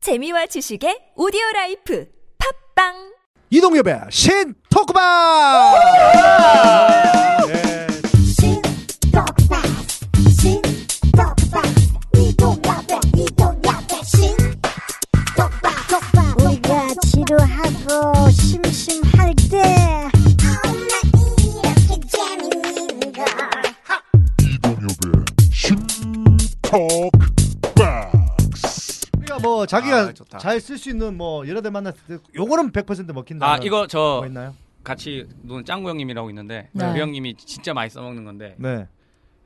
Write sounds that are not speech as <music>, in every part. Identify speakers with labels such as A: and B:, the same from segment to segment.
A: 재미와 지식의 오디오 라이프 팝빵
B: 이동엽의 신 토크방! 예.
C: Shin talk fast. Shin talk fast. 이동 야배 이동 야배 신 talk fast. Talk fast.
D: 우리가 지루하고 심심할 때
C: 겁나 이렇게 재밌는 걸.
E: 우리가 뭐 자기가
B: 아, 좋다.
E: 잘 쓸 수 있는 뭐 여러 대 만났을 때 요거는 100% 먹힌다.
F: 아 이거 저
E: 뭐 있나요?
F: 같이 노는 짱구 형님이라고 있는데
G: 네.
F: 그 형님이 진짜 많이 써먹는 건데
E: 네.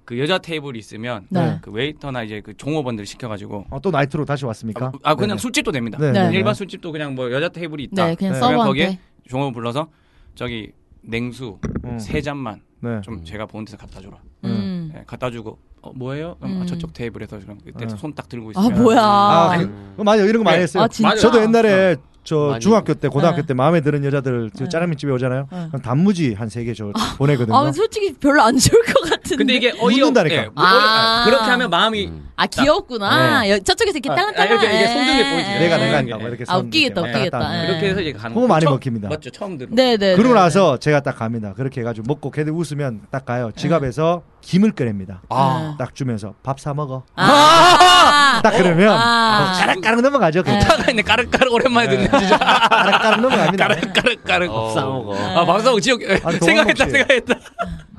F: 그 여자 테이블이 있으면
G: 네.
F: 그 웨이터나 이제 그 종업원들 시켜가지고
E: 어, 또 나이트로 다시
F: 아,
E: 왔습니까?
G: 뭐,
F: 아, 그냥
E: 그러니까? 네네.
F: 술집도 됩니다.
E: 네.
G: 네.
F: 일반 술집도 그냥 뭐 여자 테이블이 있다.
G: 네, 그냥
E: 네.
F: 그러면
G: 서버한테.
F: 거기에 종업원 불러서 저기 냉수
E: 음.
F: 세 잔만
E: 네.
F: 좀 제가 보는 데서 갖다 줘라.
G: 음.
F: 네, 갖다 주고 어, 뭐예요? 그럼 아,
G: 음.
F: 저쪽 테이블에서 그럼 그때
E: 네.
F: 손 딱 들고
G: 아
F: 있으면
G: 뭐야.
E: 아, 그, 많이 이런 거 많이
F: 네.
E: 했어요.
G: 아, 진짜? 어.
E: 저도 옛날에 저
H: 많이.
E: 중학교 때 고등학교
G: 네.
E: 때 마음에 드는 여자들 저
G: 네.
E: 짜장면 집에 오잖아요.
G: 네.
E: 그럼 단무지 한 세 개 저 보내거든요.
G: 아, 솔직히 별로 안 좋을 것 같은데.
F: 근데 이게
E: 묻는다니까.
F: 어이없다니까.
G: 아.
F: 그렇게 하면 마음이
G: 아 귀엽구나. 여- 저쪽에서 이렇게
F: 아,
G: 딸랑딸랑.
F: 아, 이렇게- 이렇게
G: 예,
F: 손등에
G: 예,
F: 보이지.
G: 예.
E: 내가 내가
F: 네.
E: 한다. 뭐 이렇게
G: 아
E: 손
G: 웃기겠다
E: 이렇게 왔다 갔다
G: 웃기겠다.
E: 하는 거.
G: 예.
F: 그렇게 해서 이제 가는
E: 그거
F: 거죠.
E: 많이
F: 처음-
E: 먹힙니다.
F: 맞죠 처음 들어. <laughs>
G: 네네. 네.
E: 그러고 나서 제가 딱 갑니다. 그렇게 해가지고 먹고 걔들 웃으면 딱 가요. 지갑에서 김을 꺼냅니다.
G: 아.
E: 딱 주면서 밥 사 먹어.
G: 아.
E: 딱 그러면
G: 아.
E: 까락까락 넘어가죠. 그냥.
F: 차가 있네 까르까르 오랜만에 듣네 진짜
E: 까락까락 넘어갑니다.
F: 아, 까르까르
H: 어. 싸먹어.
F: 아 방송 지옥
E: 아니,
F: 생각했다
E: 동원복씨.
F: 생각했다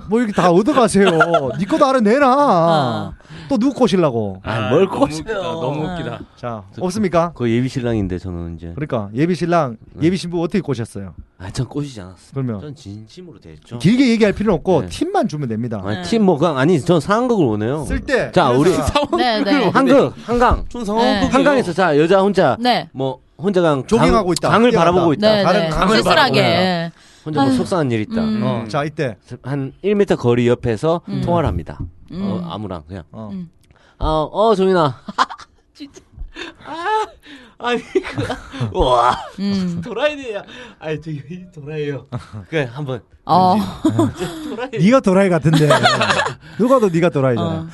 E: 뭐 이렇게 다 얻어가세요. 니 것도 알아 내놔.
G: 아.
E: 또 누구 꼬시려고.
H: 아, 뭘
F: 너무
H: 꼬셔요.
F: 웃기다, 너무 웃기다
E: 자,
H: 저-
E: 없습니까?
H: 그 예비 신랑인데 저는 이제
E: 그러니까 예비 신랑, 예비 신부 어떻게 꼬셨어요?
H: 아 전 꼬시지 않았어요.
E: 그러면
H: 네. 전 진심으로 대했죠.
E: 길게 얘기할 필요는 없고
H: 네.
E: 팁만 주면 됩니다.
H: 아니 팀뭐 그냥 아니 전 상극을 원해요.
E: 쓸때
H: 자, 우리-
G: 네네.
H: 한극 한강
F: 좀
G: 네.
H: 한강에서 자 여자 혼자
G: 네.
H: 뭐 혼자 강
E: 조깅하고
H: 강-
E: 있다.
H: 강을
E: 뛰어간다.
H: 바라보고 있다.
G: 네,
E: 다른
G: 네.
E: 강을
G: 쓸쓸하게.
H: 바라보거나.
G: 예.
H: 혼자 뭐
G: 아유.
H: 속상한 일 있다.
G: 음.
F: 어.
E: 자 이때
H: 한 1m 거리 옆에서
G: 음.
H: 통화를 합니다.
G: 음.
H: 어, 아무랑 그냥
E: 어.
G: 음.
H: 아, 어 <laughs> 정인아. 아, 아니 그, <laughs> 와
E: 네.
G: 음.
H: 도라이네요. 아니 되게 도라이요. 그래 한번
E: 아,
G: 어.
H: 도라이.
E: 네가 도라이
H: <laughs>
E: 같은데 누가 더 네가 도라이잖아.
G: 어.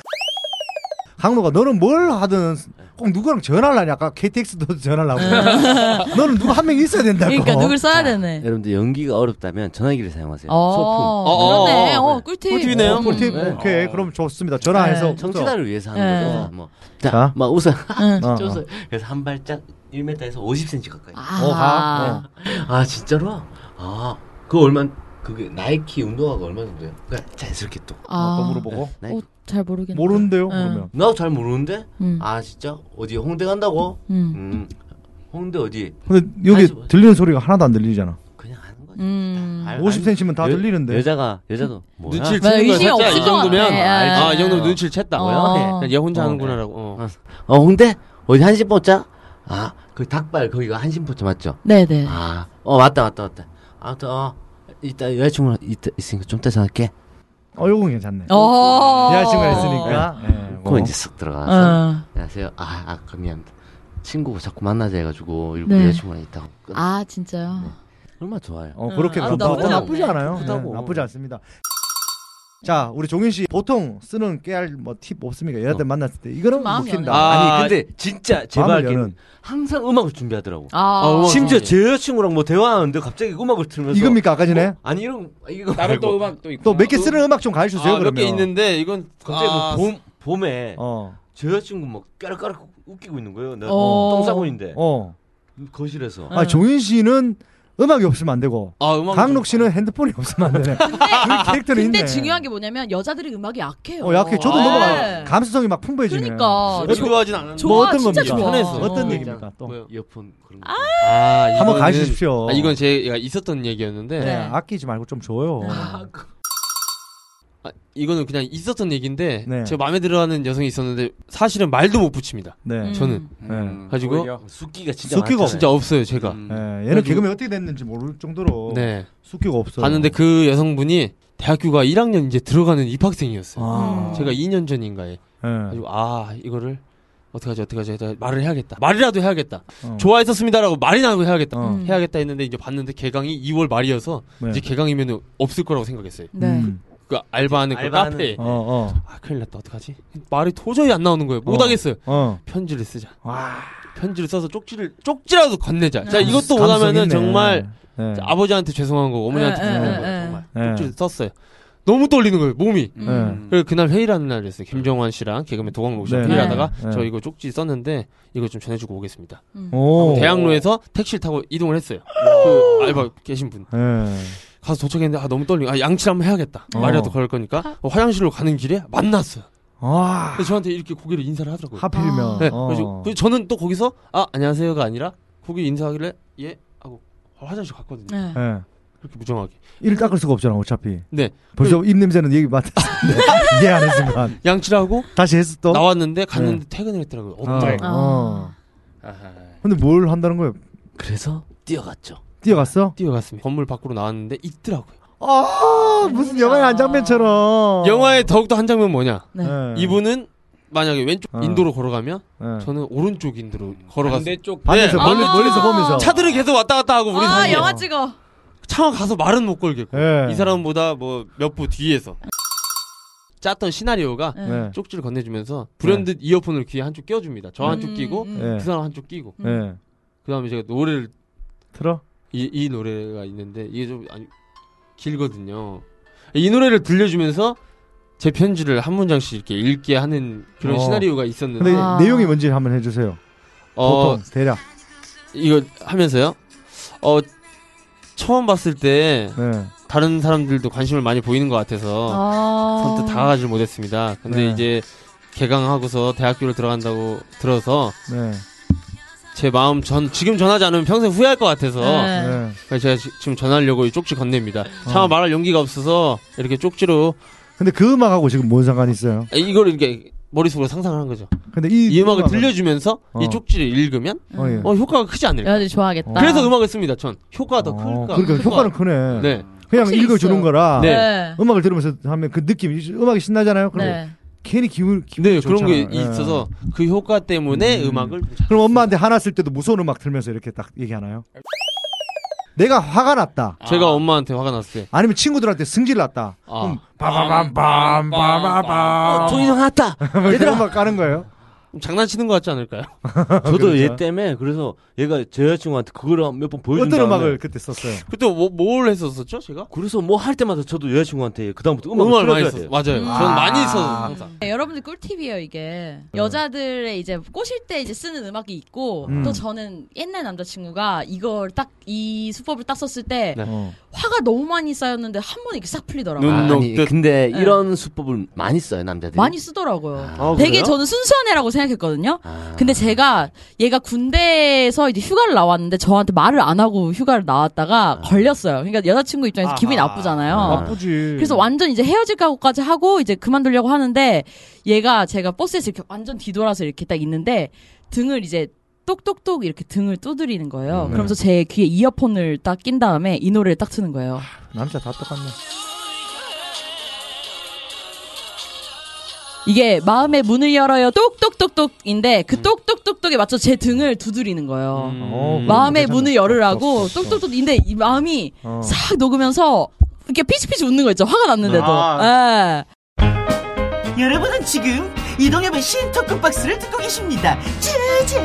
E: 항로가 너는 뭘 하든 꼭 누구랑 전화를 하냐 아까 KTX도 <laughs> 전화를 하고 너는 누구 한 명 있어야 된다고
G: 네. 그러니까 누굴 써야 되네.
H: 여러분들 연기가 어렵다면 전화기를 사용하세요. 소품.
G: 어. 그러네. 어, 꿀팁.
H: 꿀팁이네요.
G: 음.
E: 꿀팁
H: 네.
E: 오케이 그럼 좋습니다 전화해서
G: 네.
H: 청취자를 위해서
G: 네.
H: 하는 거죠. 뭐, 자,
E: 자.
H: 막 웃어.
G: 응.
E: 어, 어.
H: 좀 <laughs> 웃어. 그래서 한 발짝 1m에서 50cm 가까이. 아,
G: 아.
E: 어하.
H: 진짜로? 아, 그거 얼마? 그게 나이키 운동화가 얼마 정도예요? 그냥 자연스럽게 또.
G: 아.
E: 또 물어보고
H: 네.
G: 어, 잘 모르겠네.
E: 모르는데요
G: 네.
E: 그러면
H: 나도 잘 모르는데.
G: 음.
H: 아, 진짜 어디 홍대 간다고?
G: 음.
H: 음, 홍대 어디?
E: 근데 여기
H: 다시 뭐-
E: 들리는 소리가 하나도 안 들리잖아
H: 그냥 하는 거지.
G: 음.
H: 아, 아니,
E: 50cm면 다
H: 여-
E: 들리는데
H: 여자가 여자도 뭐야?
I: 눈치를
G: 맞아,
I: 채는 거야.
G: 의심이
I: 살짝
G: 없을
I: 이
G: 것
I: 정도면
G: 같아.
I: 아, 이 정도
H: 예.
I: 눈치를 챘다.
G: 어.
I: 네. 그냥 얘 혼자
E: 어,
I: 하는구나라고. 어.
H: 어 홍대 어디 한신포차? 아, 그 닭발 거기가 한신포차 맞죠?
G: 네네.
H: 아, 어 맞다 맞다 맞다. 아무튼 어 이따 여자친구 이따 있으니까 좀 이따 전화할게.
E: 어 요건 괜찮네
G: 어.
E: 여자친구가 있으니까 예,
H: 그거
E: 뭐.
H: 이제 쓱
I: 아,
H: 들어가서
G: 어.
H: 안녕하세요. 아, 아 미안합니다. 친구 자꾸 만나자 해가지고 일부
G: 네.
H: 여자친구랑 있다고. 끝.
G: 아
I: 네.
G: 진짜요.
H: 얼마 나 좋아요.
E: 어 그렇게
G: 아,
E: 그럼
G: 나쁘지
E: 나쁘지,
G: 않네.
E: 나쁘지 않아요
H: 나쁘다고.
E: 네, 나쁘지 않습니다 자 우리 종윤 씨 보통 쓰는 깨알 뭐 팁 없습니까 여자들
H: 어.
E: 만났을 때 이거는
G: 좀 마음이
E: 먹힌다
G: 여는.
I: 아,
H: 아니 근데 진짜 제발
E: 마음을 여는.
H: 항상 음악을 준비하더라고.
G: 아.
I: 아, 음악
H: 심지어
I: 준비.
H: 제 여자친구랑 뭐 대화하는데 갑자기 음악을 틀면서
E: 이겁니까 아까 전에
H: 아니 이런 이거
F: 다른 또
H: 말고
F: 음악 또 있고
E: 또 몇 개 쓰는 음악 좀 가르쳐주세요
I: 아,
E: 그러면
I: 몇개 있는데 이건
H: 갑자기
I: 아,
H: 뭐 봄, 봄에
E: 어
H: 제 여자친구 막 까락까락 웃기고 있는 거예요. 나
G: 어.
H: 똥 싸고 있는데
E: 어.
H: 거실에서.
E: 아 종윤 씨는 음악이 없으면 안 되고
I: 아, 음악
E: 강록 씨는 핸드폰이 없으면 안 되네. 그 <laughs> 캐릭터는
G: 근데
E: 있네.
G: 중요한 게 뭐냐면 여자들이 음악이 약해요.
E: 어 약해. 저도
G: 네.
E: 넘어가. 감수성이 막 풍부해지네.
G: 그러니까.
I: 좀 좋아하진 않는데.
G: 좋아,
E: 뭐 어떤
G: 진짜
E: 겁니까?
G: 좋아.
I: 편해서.
E: 어떤
G: 어.
E: 얘기입니까? 또.
I: 뭐요?
H: 이어폰 그런 거.
I: 아,
E: 한번
I: 이거는-
E: 가십시오.
I: 아, 이건 제가 있었던 얘기였는데
E: 네,
G: 네.
E: 아끼지 말고 좀 줘요.
I: 어, 아, 이거는 그냥 있었던 얘기인데
E: 네.
I: 제가 마음에 들어하는 여성이 있었는데 사실은 말도 못 붙입니다.
E: 네.
G: 음.
I: 저는.
F: 네.
E: 음,
I: 가지고
H: 숙기가 진짜
E: 숙기가
H: 많잖아요.
I: 진짜 없어요, 제가.
F: 그러니까.
H: 음.
E: 예, 얘는
I: 그래가지고-
E: 개그맨 어떻게 됐는지 모를 정도로
I: 네.
E: 숙기가 없어요.
I: 봤는데 그 여성분이 대학교가 1학년 이제 들어가는 입학생이었어요.
E: 아.
G: 음.
I: 제가 2년 전인가에
E: 예.
I: 가지고 아 이거를 어떡하지 어떡하지 해서 말을 해야겠다 말이라도 해야겠다
E: 어.
I: 좋아했었습니다라고 말이라도 해야겠다
E: 어.
G: 음.
I: 해야겠다 했는데 이제 봤는데 개강이 2월 말이어서
E: 네.
I: 이제 개강이면 없을 거라고 생각했어요
G: 네.
E: 음.
I: 그 알바하는 그
H: 알바하는-
I: 카페
E: 어, 어.
I: 아 큰일 났다 어떡하지 말이 도저히 안 나오는 거예요
E: 어.
I: 못하겠어요
E: 어.
I: 편지를 쓰자
E: 와. 아,
I: 편지를 써서 쪽지를 쪽지라도 건네자. 자 이것도
E: 감성
I: 못하면은
E: 있네.
I: 정말
E: 네.
I: 자, 아버지한테 죄송한 거고 어머니한테
G: 예, 예, 예,
I: 죄송한 거
G: 예.
I: 정말
E: 예.
I: 쪽지를 썼어요. 너무 떨리는 거예요 몸이.
E: 음.
I: 그래서 그날 회의라는 날이었어요. 김정환 씨랑 개그맨 도광록 씨랑
E: 네.
I: 회의하다가
E: 네.
I: 저 이거 쪽지 썼는데 이거 좀 전해주고 오겠습니다.
E: 오.
I: 대학로에서 택시를 타고 이동을 했어요. 그 알바 계신 분
E: 예.
I: 가서 도착했는데 아 너무 떨리고 아 양치를 한번 해야겠다.
E: 어.
I: 말이라도 걸을 거니까 어, 화장실로 가는 길에 만났어요.
E: 아.
I: 근데 저한테 이렇게 고개를 인사를 하더라고요.
E: 하필이면.
I: 네,
E: 어.
I: 그래서 그 저는 또 거기서 아 안녕하세요가 아니라 고개 인사하길래 예 하고 화장실 갔거든요.
G: 네.
E: 예.
I: 그렇게 무정하게.
E: 이를 닦을 수가 없잖아 어차피.
I: 네.
E: 벌써 입 냄새는 얘기 <laughs> 맡았는데 이해 안 했지만
I: 양치를 하고
E: 다시 했어 또.
I: 나왔는데 갔는데 퇴근을 했더라고요. 엄마가.
E: 어.
G: 아.
F: 아하.
E: 근데 뭘 한다는 거예요?
I: 그래서 뛰어갔죠.
E: 뛰어갔어?
I: 뛰어갔습니다. 건물 밖으로 나왔는데 있더라고요.
E: 아 무슨 영화의 한 장면처럼.
I: 영화의 더욱더 한 장면 뭐냐?
G: 네.
E: 예.
I: 이분은 만약에 왼쪽
E: 어.
I: 인도로 걸어가면
E: 예.
I: 저는 오른쪽 인도로 걸어갔어요.
F: 반대쪽
E: 반에서
I: 네.
E: 멀리
G: 아.
E: 멀리서 보면서.
I: 차들은 계속 왔다 갔다 하고 우리
G: 아
I: 사이에
G: 영화 찍어.
I: 차가 가서 말은 못 걸겠고
E: 예.
I: 이 사람보다 뭐 몇 부 뒤에서 짰던 시나리오가
G: 네.
E: 네.
I: 쪽지를 건네주면서 불현듯 이어폰을 귀에 한쪽 끼워줍니다. 저 한쪽 끼고
G: 음, 음.
E: 예.
I: 그 사람 한쪽 끼고
E: 예.
I: 그 다음에 제가 노래를
E: 틀어.
I: 이, 이 노래가 있는데 이게 좀 아니, 길거든요. 이 노래를 들려주면서 제 편지를 한 문장씩 이렇게 읽게 하는 그런
E: 어.
I: 시나리오가 있었는데
E: 근데
G: 아.
E: 내용이 뭔지 한번 해주세요.
I: 어,
E: 보통 대략.
I: 이거 하면서요. 어 처음 봤을 때
E: 예.
I: 다른 사람들도 관심을 많이 보이는 것 같아서
G: 아.
I: 어, 선뜻 다가가질 못했습니다. 근데
E: 네.
I: 이제 개강하고서 대학교를 들어간다고 들어서
E: 네.
I: 제 마음 전 지금 전하지 않으면 평생 후회할 것 같아서
G: 네.
E: 네.
I: 그래서 제가 지- 지금 전하려고 이 쪽지 건넵니다.
E: 어.
I: 차마 말할 용기가 없어서 이렇게 쪽지로 아,
E: 근데 그 음악하고 지금 뭔 상관이 있어요?
I: 이걸 이렇게 머릿속으로 상상을 한 거죠.
E: 근데 이,
I: 이 음악을
E: 음악은-
I: 들려주면서 이
E: 어.
I: 쪽지를 읽으면
E: 어, 예.
I: 어, 효과가 크지 않을까.
G: 여자들이 좋아하겠다.
I: 그래서 음악을 씁니다. 전 효과가 더
E: 어,
I: 클까.
E: 그러니까
I: 클까.
E: 효과는 크네.
I: 예. 네.
E: 그냥
G: 확실히
E: 읽어주는
G: 있어요.
E: 거라.
I: 네.
G: 네.
E: 음악을 들으면서 하면 그 느낌, 이- 음악이 신나잖아요. 그럼
G: 네.
E: 괜히 기분, 기분
I: 네, 그런 게 있어서 그 효과 때문에
E: 예. 음.
I: 음. 악을
E: 그럼 엄마한테 화났을 때도 무서운 음악 들면서 이렇게 딱 얘기하나요? 내가 화가 났다.
I: 제가 엄마한테 화가 났어요.
E: 아니면 친구들한테 승질
I: <laughs>
E: 났다.
I: 아.
E: 아.
J: 아,
E: 그럼
H: 아.
E: 빠바밤밤밤밤밤.
H: <laughs>
I: 돈이 나왔다.
E: 얘들 음악 까는 거예요?
I: 장난치는 것 같지 않을까요? <laughs>
H: 아,
E: 그렇죠.
J: 저도 얘 때문에 그래서 얘가 제 여자친구한테 그걸 몇 번 보여준
E: 어떤
J: 다음에
E: 음악을 그때 썼어요?
I: 그때 뭐, 뭘 했었었죠, 제가?
J: 그래서 뭐 할 때마다 저도 여자친구한테 그 다음부터 음악을,
I: 음악을 많이
J: 틀어줘야
I: 했었어요.
J: 돼요.
I: 맞아요. 저는 많이 했었어요, 항상.
G: 네, 여러분들 꿀팁이에요 이게 여자들의 이제 꼬실 때 이제 쓰는 음악이 있고
E: 음.
G: 또 저는 옛날 남자친구가 이걸 딱 이 수법을 딱 썼을 때
I: 네.
E: 어.
G: 화가 너무 많이 쌓였는데 한 번에 이렇게 싹 풀리더라고요.
I: 눈
H: 아니
I: 녹듯.
H: 근데
G: 네.
H: 이런 수법을 많이 써요 남자들이.
G: 많이 쓰더라고요.
H: 아,
G: 되게 저는 순수한 애라고 생각했거든요.
H: 아.
G: 근데 제가 얘가 군대에서 이제 휴가를 나왔는데 저한테 말을 안 하고 휴가를 나왔다가 걸렸어요. 그러니까 여자친구 입장에서 기분이
E: 아하.
G: 나쁘잖아요.
E: 나쁘지.
G: 그래서 완전 이제 헤어질 각오까지 하고 이제 그만두려고 하는데 얘가 제가 버스에서 이렇게 완전 뒤돌아서 이렇게 딱 있는데 등을 이제 똑똑똑 이렇게 등을 두드리는 거예요. 그러면서 제 귀에 이어폰을 딱 낀 다음에 이 노래를 딱 트는 거예요.
E: 남자 다 똑같네.
G: 이게 마음의 문을 열어요 똑똑똑똑인데 그 똑똑똑똑에 맞춰 제 등을 두드리는 거예요.
E: 어,
G: 마음의
E: 괜찮아.
G: 문을 열으라고
E: 없어, 없어.
G: 똑똑똑인데 이 마음이
E: 어.
G: 싹 녹으면서 이렇게 피치피치 웃는 거 있죠. 화가 났는데도. 예.
K: 여러분은 지금 이동엽의 신토크 박스를 듣고 계십니다. 제제.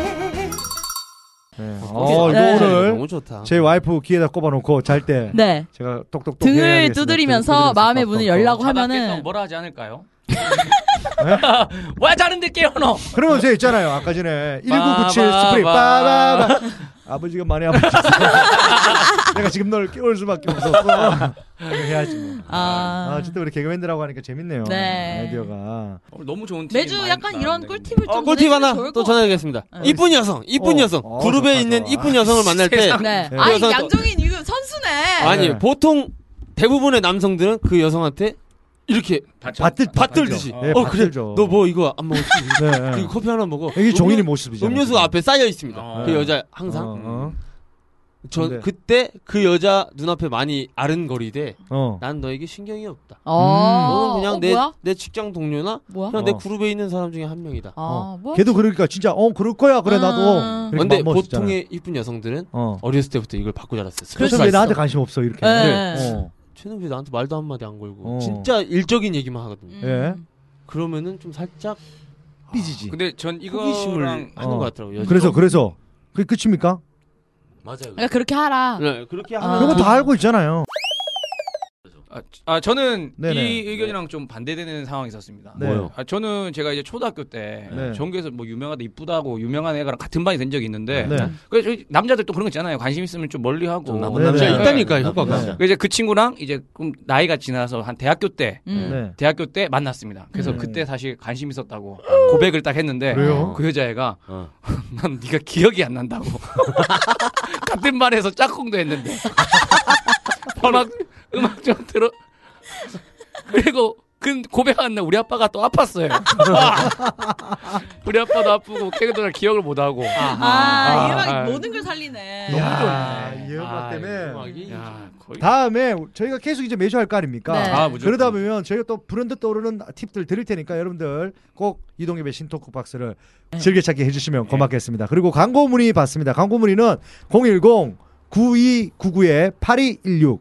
E: 네. 어, 이거
G: 네.
E: 오늘
I: 너무 좋다.
E: 제 와이프 귀에다 꼽아놓고 잘 때
G: 네.
E: 제가 똑똑똑
G: 등을
E: 해야겠습니다.
G: 두드리면서
E: 두드리면서
G: 마음의
E: 똑똑똑.
G: 문을 열라고
F: 자다
G: 하면은
F: 뭐라 하지 <laughs> 않을까요? 와 자는데 깨어너.
E: 그러면 저 있잖아요. 아까 전에 1997
F: 빠바바.
E: 스프링 빠바바 아버지가 많이 아프셨어. <laughs> 내가 지금 널 깨울 수밖에 없었어. 이거 해야지 뭐. 아,
G: 아,
E: 어쨌든 우리 개그맨들하고 하니까 재밌네요.
G: 네.
E: 아이디어가.
F: 오늘 너무 좋은 팁이
G: 매주
F: 많이
G: 약간 이런
F: 나왔네,
G: 꿀팁을
I: 어,
G: 좀
I: 꿀팁
G: 드리면
I: 하나
G: 좋을
I: 또
G: 것
I: 전하겠습니다.
G: 네.
I: 이쁜 여성, 이쁜
E: 어,
I: 여성.
E: 어,
I: 그룹에
E: 좋다,
I: 있는
E: 좋아.
I: 이쁜 여성을 만날 때
G: 같아요. 네.
E: 네.
G: 아니
I: 그래서 또-
G: 양종인 이거 선수네.
I: 아니
E: 네.
I: 보통 대부분의 남성들은 그 여성한테 이렇게
F: 받쳐.
E: 밭들
I: 받들듯이
E: 네,
I: 어 그래
E: 받들죠.
I: 너 뭐 이거 안 먹었지?
E: 네, 네.
I: 그리고 커피 하나 먹어.
E: 이게 종인이
I: 음료-
E: 모습이죠.
I: 음료수 앞에 쌓여 있습니다.
F: 어.
I: 그 여자
E: 어,
I: 항상
E: 어.
I: 전
E: 근데-
I: 그때 그 여자 눈앞에 많이 아른거리되
E: 어.
I: 난 너에게 신경이 없다.
G: 어,
I: 너는 그냥
G: 어,
I: 내,
G: 뭐야?
I: 내 직장 동료나
G: 뭐야?
I: 그냥 내
E: 어.
I: 그룹에 있는 사람 중에 한 명이다.
G: 아,
E: 어.
G: 뭐야?
E: 걔도 그러니까 진짜 어 그럴 거야 그래
G: 음.
E: 나도. 이렇게
I: 근데
E: 마음 먹었었잖아요.
I: 보통의 이쁜 여성들은
E: 어.
I: 어렸을 때부터 이걸 받고 자랐어요.
E: 그래서
I: 스트레스가
E: 왜
I: 있어.
E: 나한테 관심 없어 이렇게.
G: 네.
E: 어.
I: 쟤는 왜 나한테 말도 한마디 안 걸고
E: 어.
I: 진짜 일적인 얘기만 하거든요.
G: 음.
E: 예.
I: 그러면은 좀 살짝
E: 삐지지.
F: 근데 전
I: 호기심을
F: 이거랑
I: 하는 것 같더라고요. 요즘.
E: 어. 그래서 그래서 그게 끝입니까?
H: 맞아요.
G: 그러니까 그렇게 하라.
I: 네, 그렇게
G: 아.
E: 이거 다 알고 있잖아요.
F: 아, 아 저는
E: 네네.
F: 이 의견이랑 좀 반대되는 상황이 있었습니다.
E: 네.
I: 어.
E: 뭐요?
F: 아, 저는 제가 이제 초등학교 때
E: 네.
F: 전교에서 뭐 유명하다 이쁘다고 유명한 애가랑 같은 반이 된 적이 있는데
E: 네.
F: 그래서 저희 남자들 또 그런 거 있잖아요. 관심 있으면 좀 멀리하고
I: 좀
J: 뭐
I: 나쁜
E: 네,
I: 남자
E: 네.
I: 있다니까
H: 어, 네.
I: 효과가.
H: 네.
F: 그래서 이제 그 친구랑 이제 좀 나이가 지나서 한 대학교 때
G: 음.
E: 네.
F: 대학교 때 만났습니다. 그래서
E: 음.
F: 그때 사실 관심 있었다고 고백을 딱 했는데
E: 그래요?
F: 그 여자애가
J: 어.
F: <laughs> 난 네가 기억이 안 난다고 <laughs> 같은 반에서 짝꿍도 했는데 <laughs> 음악 음악 좀 들어 그리고 그 고백하는 날 우리 아빠가 또 아팠어요. <laughs> 우리 아빠도 아프고 걔들 기억을 못 하고.
G: 아,
F: 아,
G: 이 음악이
F: 아.
G: 모든 걸 살리네.
E: 이야,
F: 좋네.
E: 이 음악
F: 아,
E: 때문에.
I: 음악이
F: 야, 거의
E: 다음에 저희가 계속 이제 매주 할 거 아닙니까?
G: 네.
F: 아, 무조건.
E: 그러다 보면 저희가 또 브랜드 떠오르는 팁들 드릴 테니까 여러분들 꼭 이동엽의 신토크 박스를
G: 네.
E: 즐겨찾기
F: 네.
E: 해주시면 고맙겠습니다. 그리고 광고 문의 받습니다. 광고 문의는 010 9299의 8216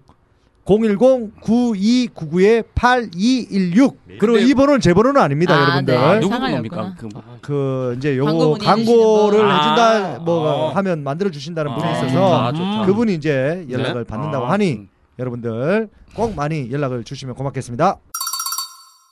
E: 010 9299의 8216 그리고
F: 네. 근데-
E: 이 번호는 제 번호는 아닙니다,
G: 아,
E: 여러분들.
G: 네.
F: 누구
G: 상하이
F: 겁니까?
G: 없구나.
F: 그 뭐.
E: 그 이제
G: 광고
E: 요거
G: 문의
E: 광고를
G: 해주시는 분.
E: 해준다
F: 아,
E: 뭐
F: 어.
E: 하면 만들어 주신다는 분이
F: 아,
E: 있어서
F: 좋다, 좋다.
E: 그분이 이제 연락을
I: 네.
E: 받는다고
F: 아,
E: 하니
F: 음.
E: 여러분들 꼭 많이 연락을 주시면 고맙겠습니다.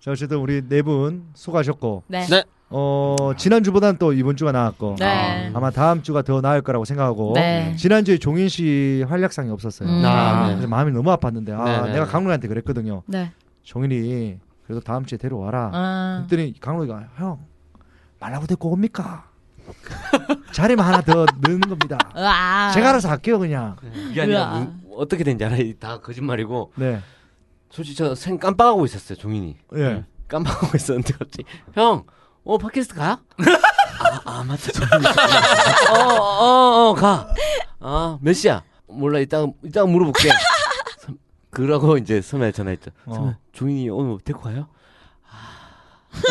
E: 자 어쨌든 우리 네 분 수고하셨고
G: 네.
I: 네.
E: 어 지난주보단 또 이번 주가 나았고
G: 네.
E: 아마 다음 주가 더 나을 거라고 생각하고
G: 네.
E: 지난주에 종인 씨 활약상이 없었어요.
G: 음.
I: 아,
E: 그래서 마음이 너무 아팠는데 아
I: 네네.
E: 내가 강로이한테 그랬거든요.
G: 네.
E: 종인이 그래도 다음 주에 데려와라.
G: 아.
E: 그랬더니 강로이가 형 말라고 데리고 옵니까? <laughs> 자리만 하나 더 넣는 겁니다.
G: 으아.
E: 제가 알아서 할게요 그냥.
H: 이게 아니라
G: 으아.
H: 무- 어떻게 된지 알아요. 다 거짓말이고
E: 네.
H: 솔직히 저 생 깜빡하고 있었어요. 종인이
E: 예.
H: 깜빡하고 있었는데 갑자기 형, 어 팟캐스트 가? 아, 아 맞다. 종인이. 어어어 가. 아 몇 시야? 몰라 이따 이따 물어볼게. 선- 그러고 이제 선배 전화했죠.
E: 어.
H: 선배 종인이 오늘 데리고 가요?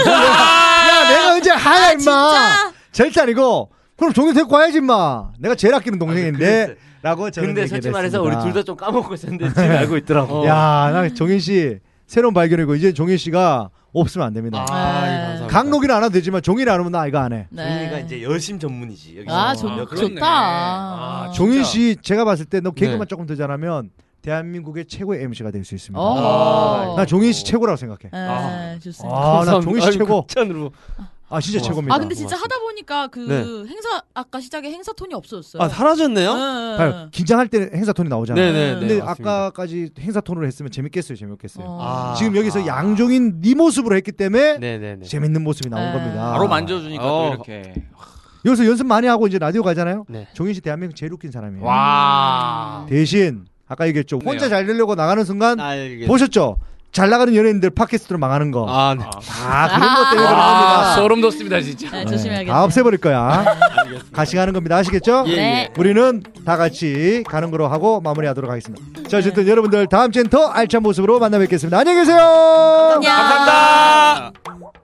E: 야, 아, 내가 언제 하야, 임마.
G: 아, 진짜?
E: 절대 아니고. 그럼 종일 데리고 와야지, 임마. 내가 제일 아끼는 동생인데.
H: 그랬어요.
E: 라고 저는
H: 근데 솔직히
E: 얘기를
H: 말해서 우리
E: 했습니다.
H: 둘 다 좀 까먹고 있었는데 지금 알고 있더라고.
E: 야, 나 종인 씨. 새로운 발견이고, 이제 종인 씨가 없으면 안 됩니다.
G: 아,
I: 네. 감사합니다.
E: 강록이는 안 와도 되지만, 종인 안 오면 나 이거 안 해.
G: 네.
H: 종인이가 이제 여심 전문이지. 여기서.
G: 아,
F: 아,
G: 좋,
F: 그렇네.
G: 좋다.
F: 아, 조-
E: 종인
F: 진짜.
E: 씨, 제가 봤을 때 너 개그만
I: 네.
E: 조금 더 잘하면, 대한민국의 최고의 MC가 될 수 있습니다.
G: 어.
E: 나 종인 씨 최고라고 생각해.
G: 예,
I: 아.
G: 좋습니다.
E: 아, 나
I: 감사합니다.
E: 종인 씨
I: 아이고,
E: 최고.
I: <laughs> 극찬으로.
E: 아, 진짜
I: 고맙습니다.
E: 최고입니다.
G: 아 근데 진짜
I: 고맙습니다.
G: 하다 보니까 그
I: 네.
G: 행사 아까 시작에 행사 톤이 없어졌어요.
I: 아, 사라졌네요?
G: 예, 예,
E: 봐요. 긴장할 때 행사 톤이 나오잖아요.
I: 네, 네, 네.
E: 근데
I: 맞습니다.
E: 아까까지 행사 톤으로 했으면 재밌겠어요, 재밌겠어요.
G: 어.
I: 아.
E: 지금 여기서 양종인 네 모습으로 했기 때문에
I: 네, 네, 네.
E: 재밌는 모습이 나온
G: 네.
E: 겁니다.
F: 바로 만져주니까 또
I: 어.
F: 이렇게.
E: 여기서 연습 많이 하고 이제 라디오 가잖아요.
I: 네.
E: 종인 씨 대한민국 제일 웃긴 사람이에요.
F: 와.
E: 대신 아까 얘기했죠. 혼자
F: 네요.
E: 잘 되려고 나가는
I: 아,
E: 순간
I: 알겠-
E: 보셨죠? 잘 나가는 연예인들 팟캐스트로 망하는 거.
I: 네. 아, 네.
E: 다 그런 것 때문에
F: 아,
E: 그렇습니다.
F: 소름 돋습니다 진짜.
G: 예, 조심해야겠네요.
E: 다 없애버릴 거야. 같이 가는 겁니다. 아시겠죠?
I: 예,
G: 네.
I: 예.
E: 우리는 다 같이 가는 거로 하고 마무리하도록 하겠습니다.
G: 네.
E: 자, 어쨌든 여러분들 다음 주엔 더 알찬 모습으로 만나 뵙겠습니다. 안녕히 계세요.
G: 안녕.
F: 감사합니다.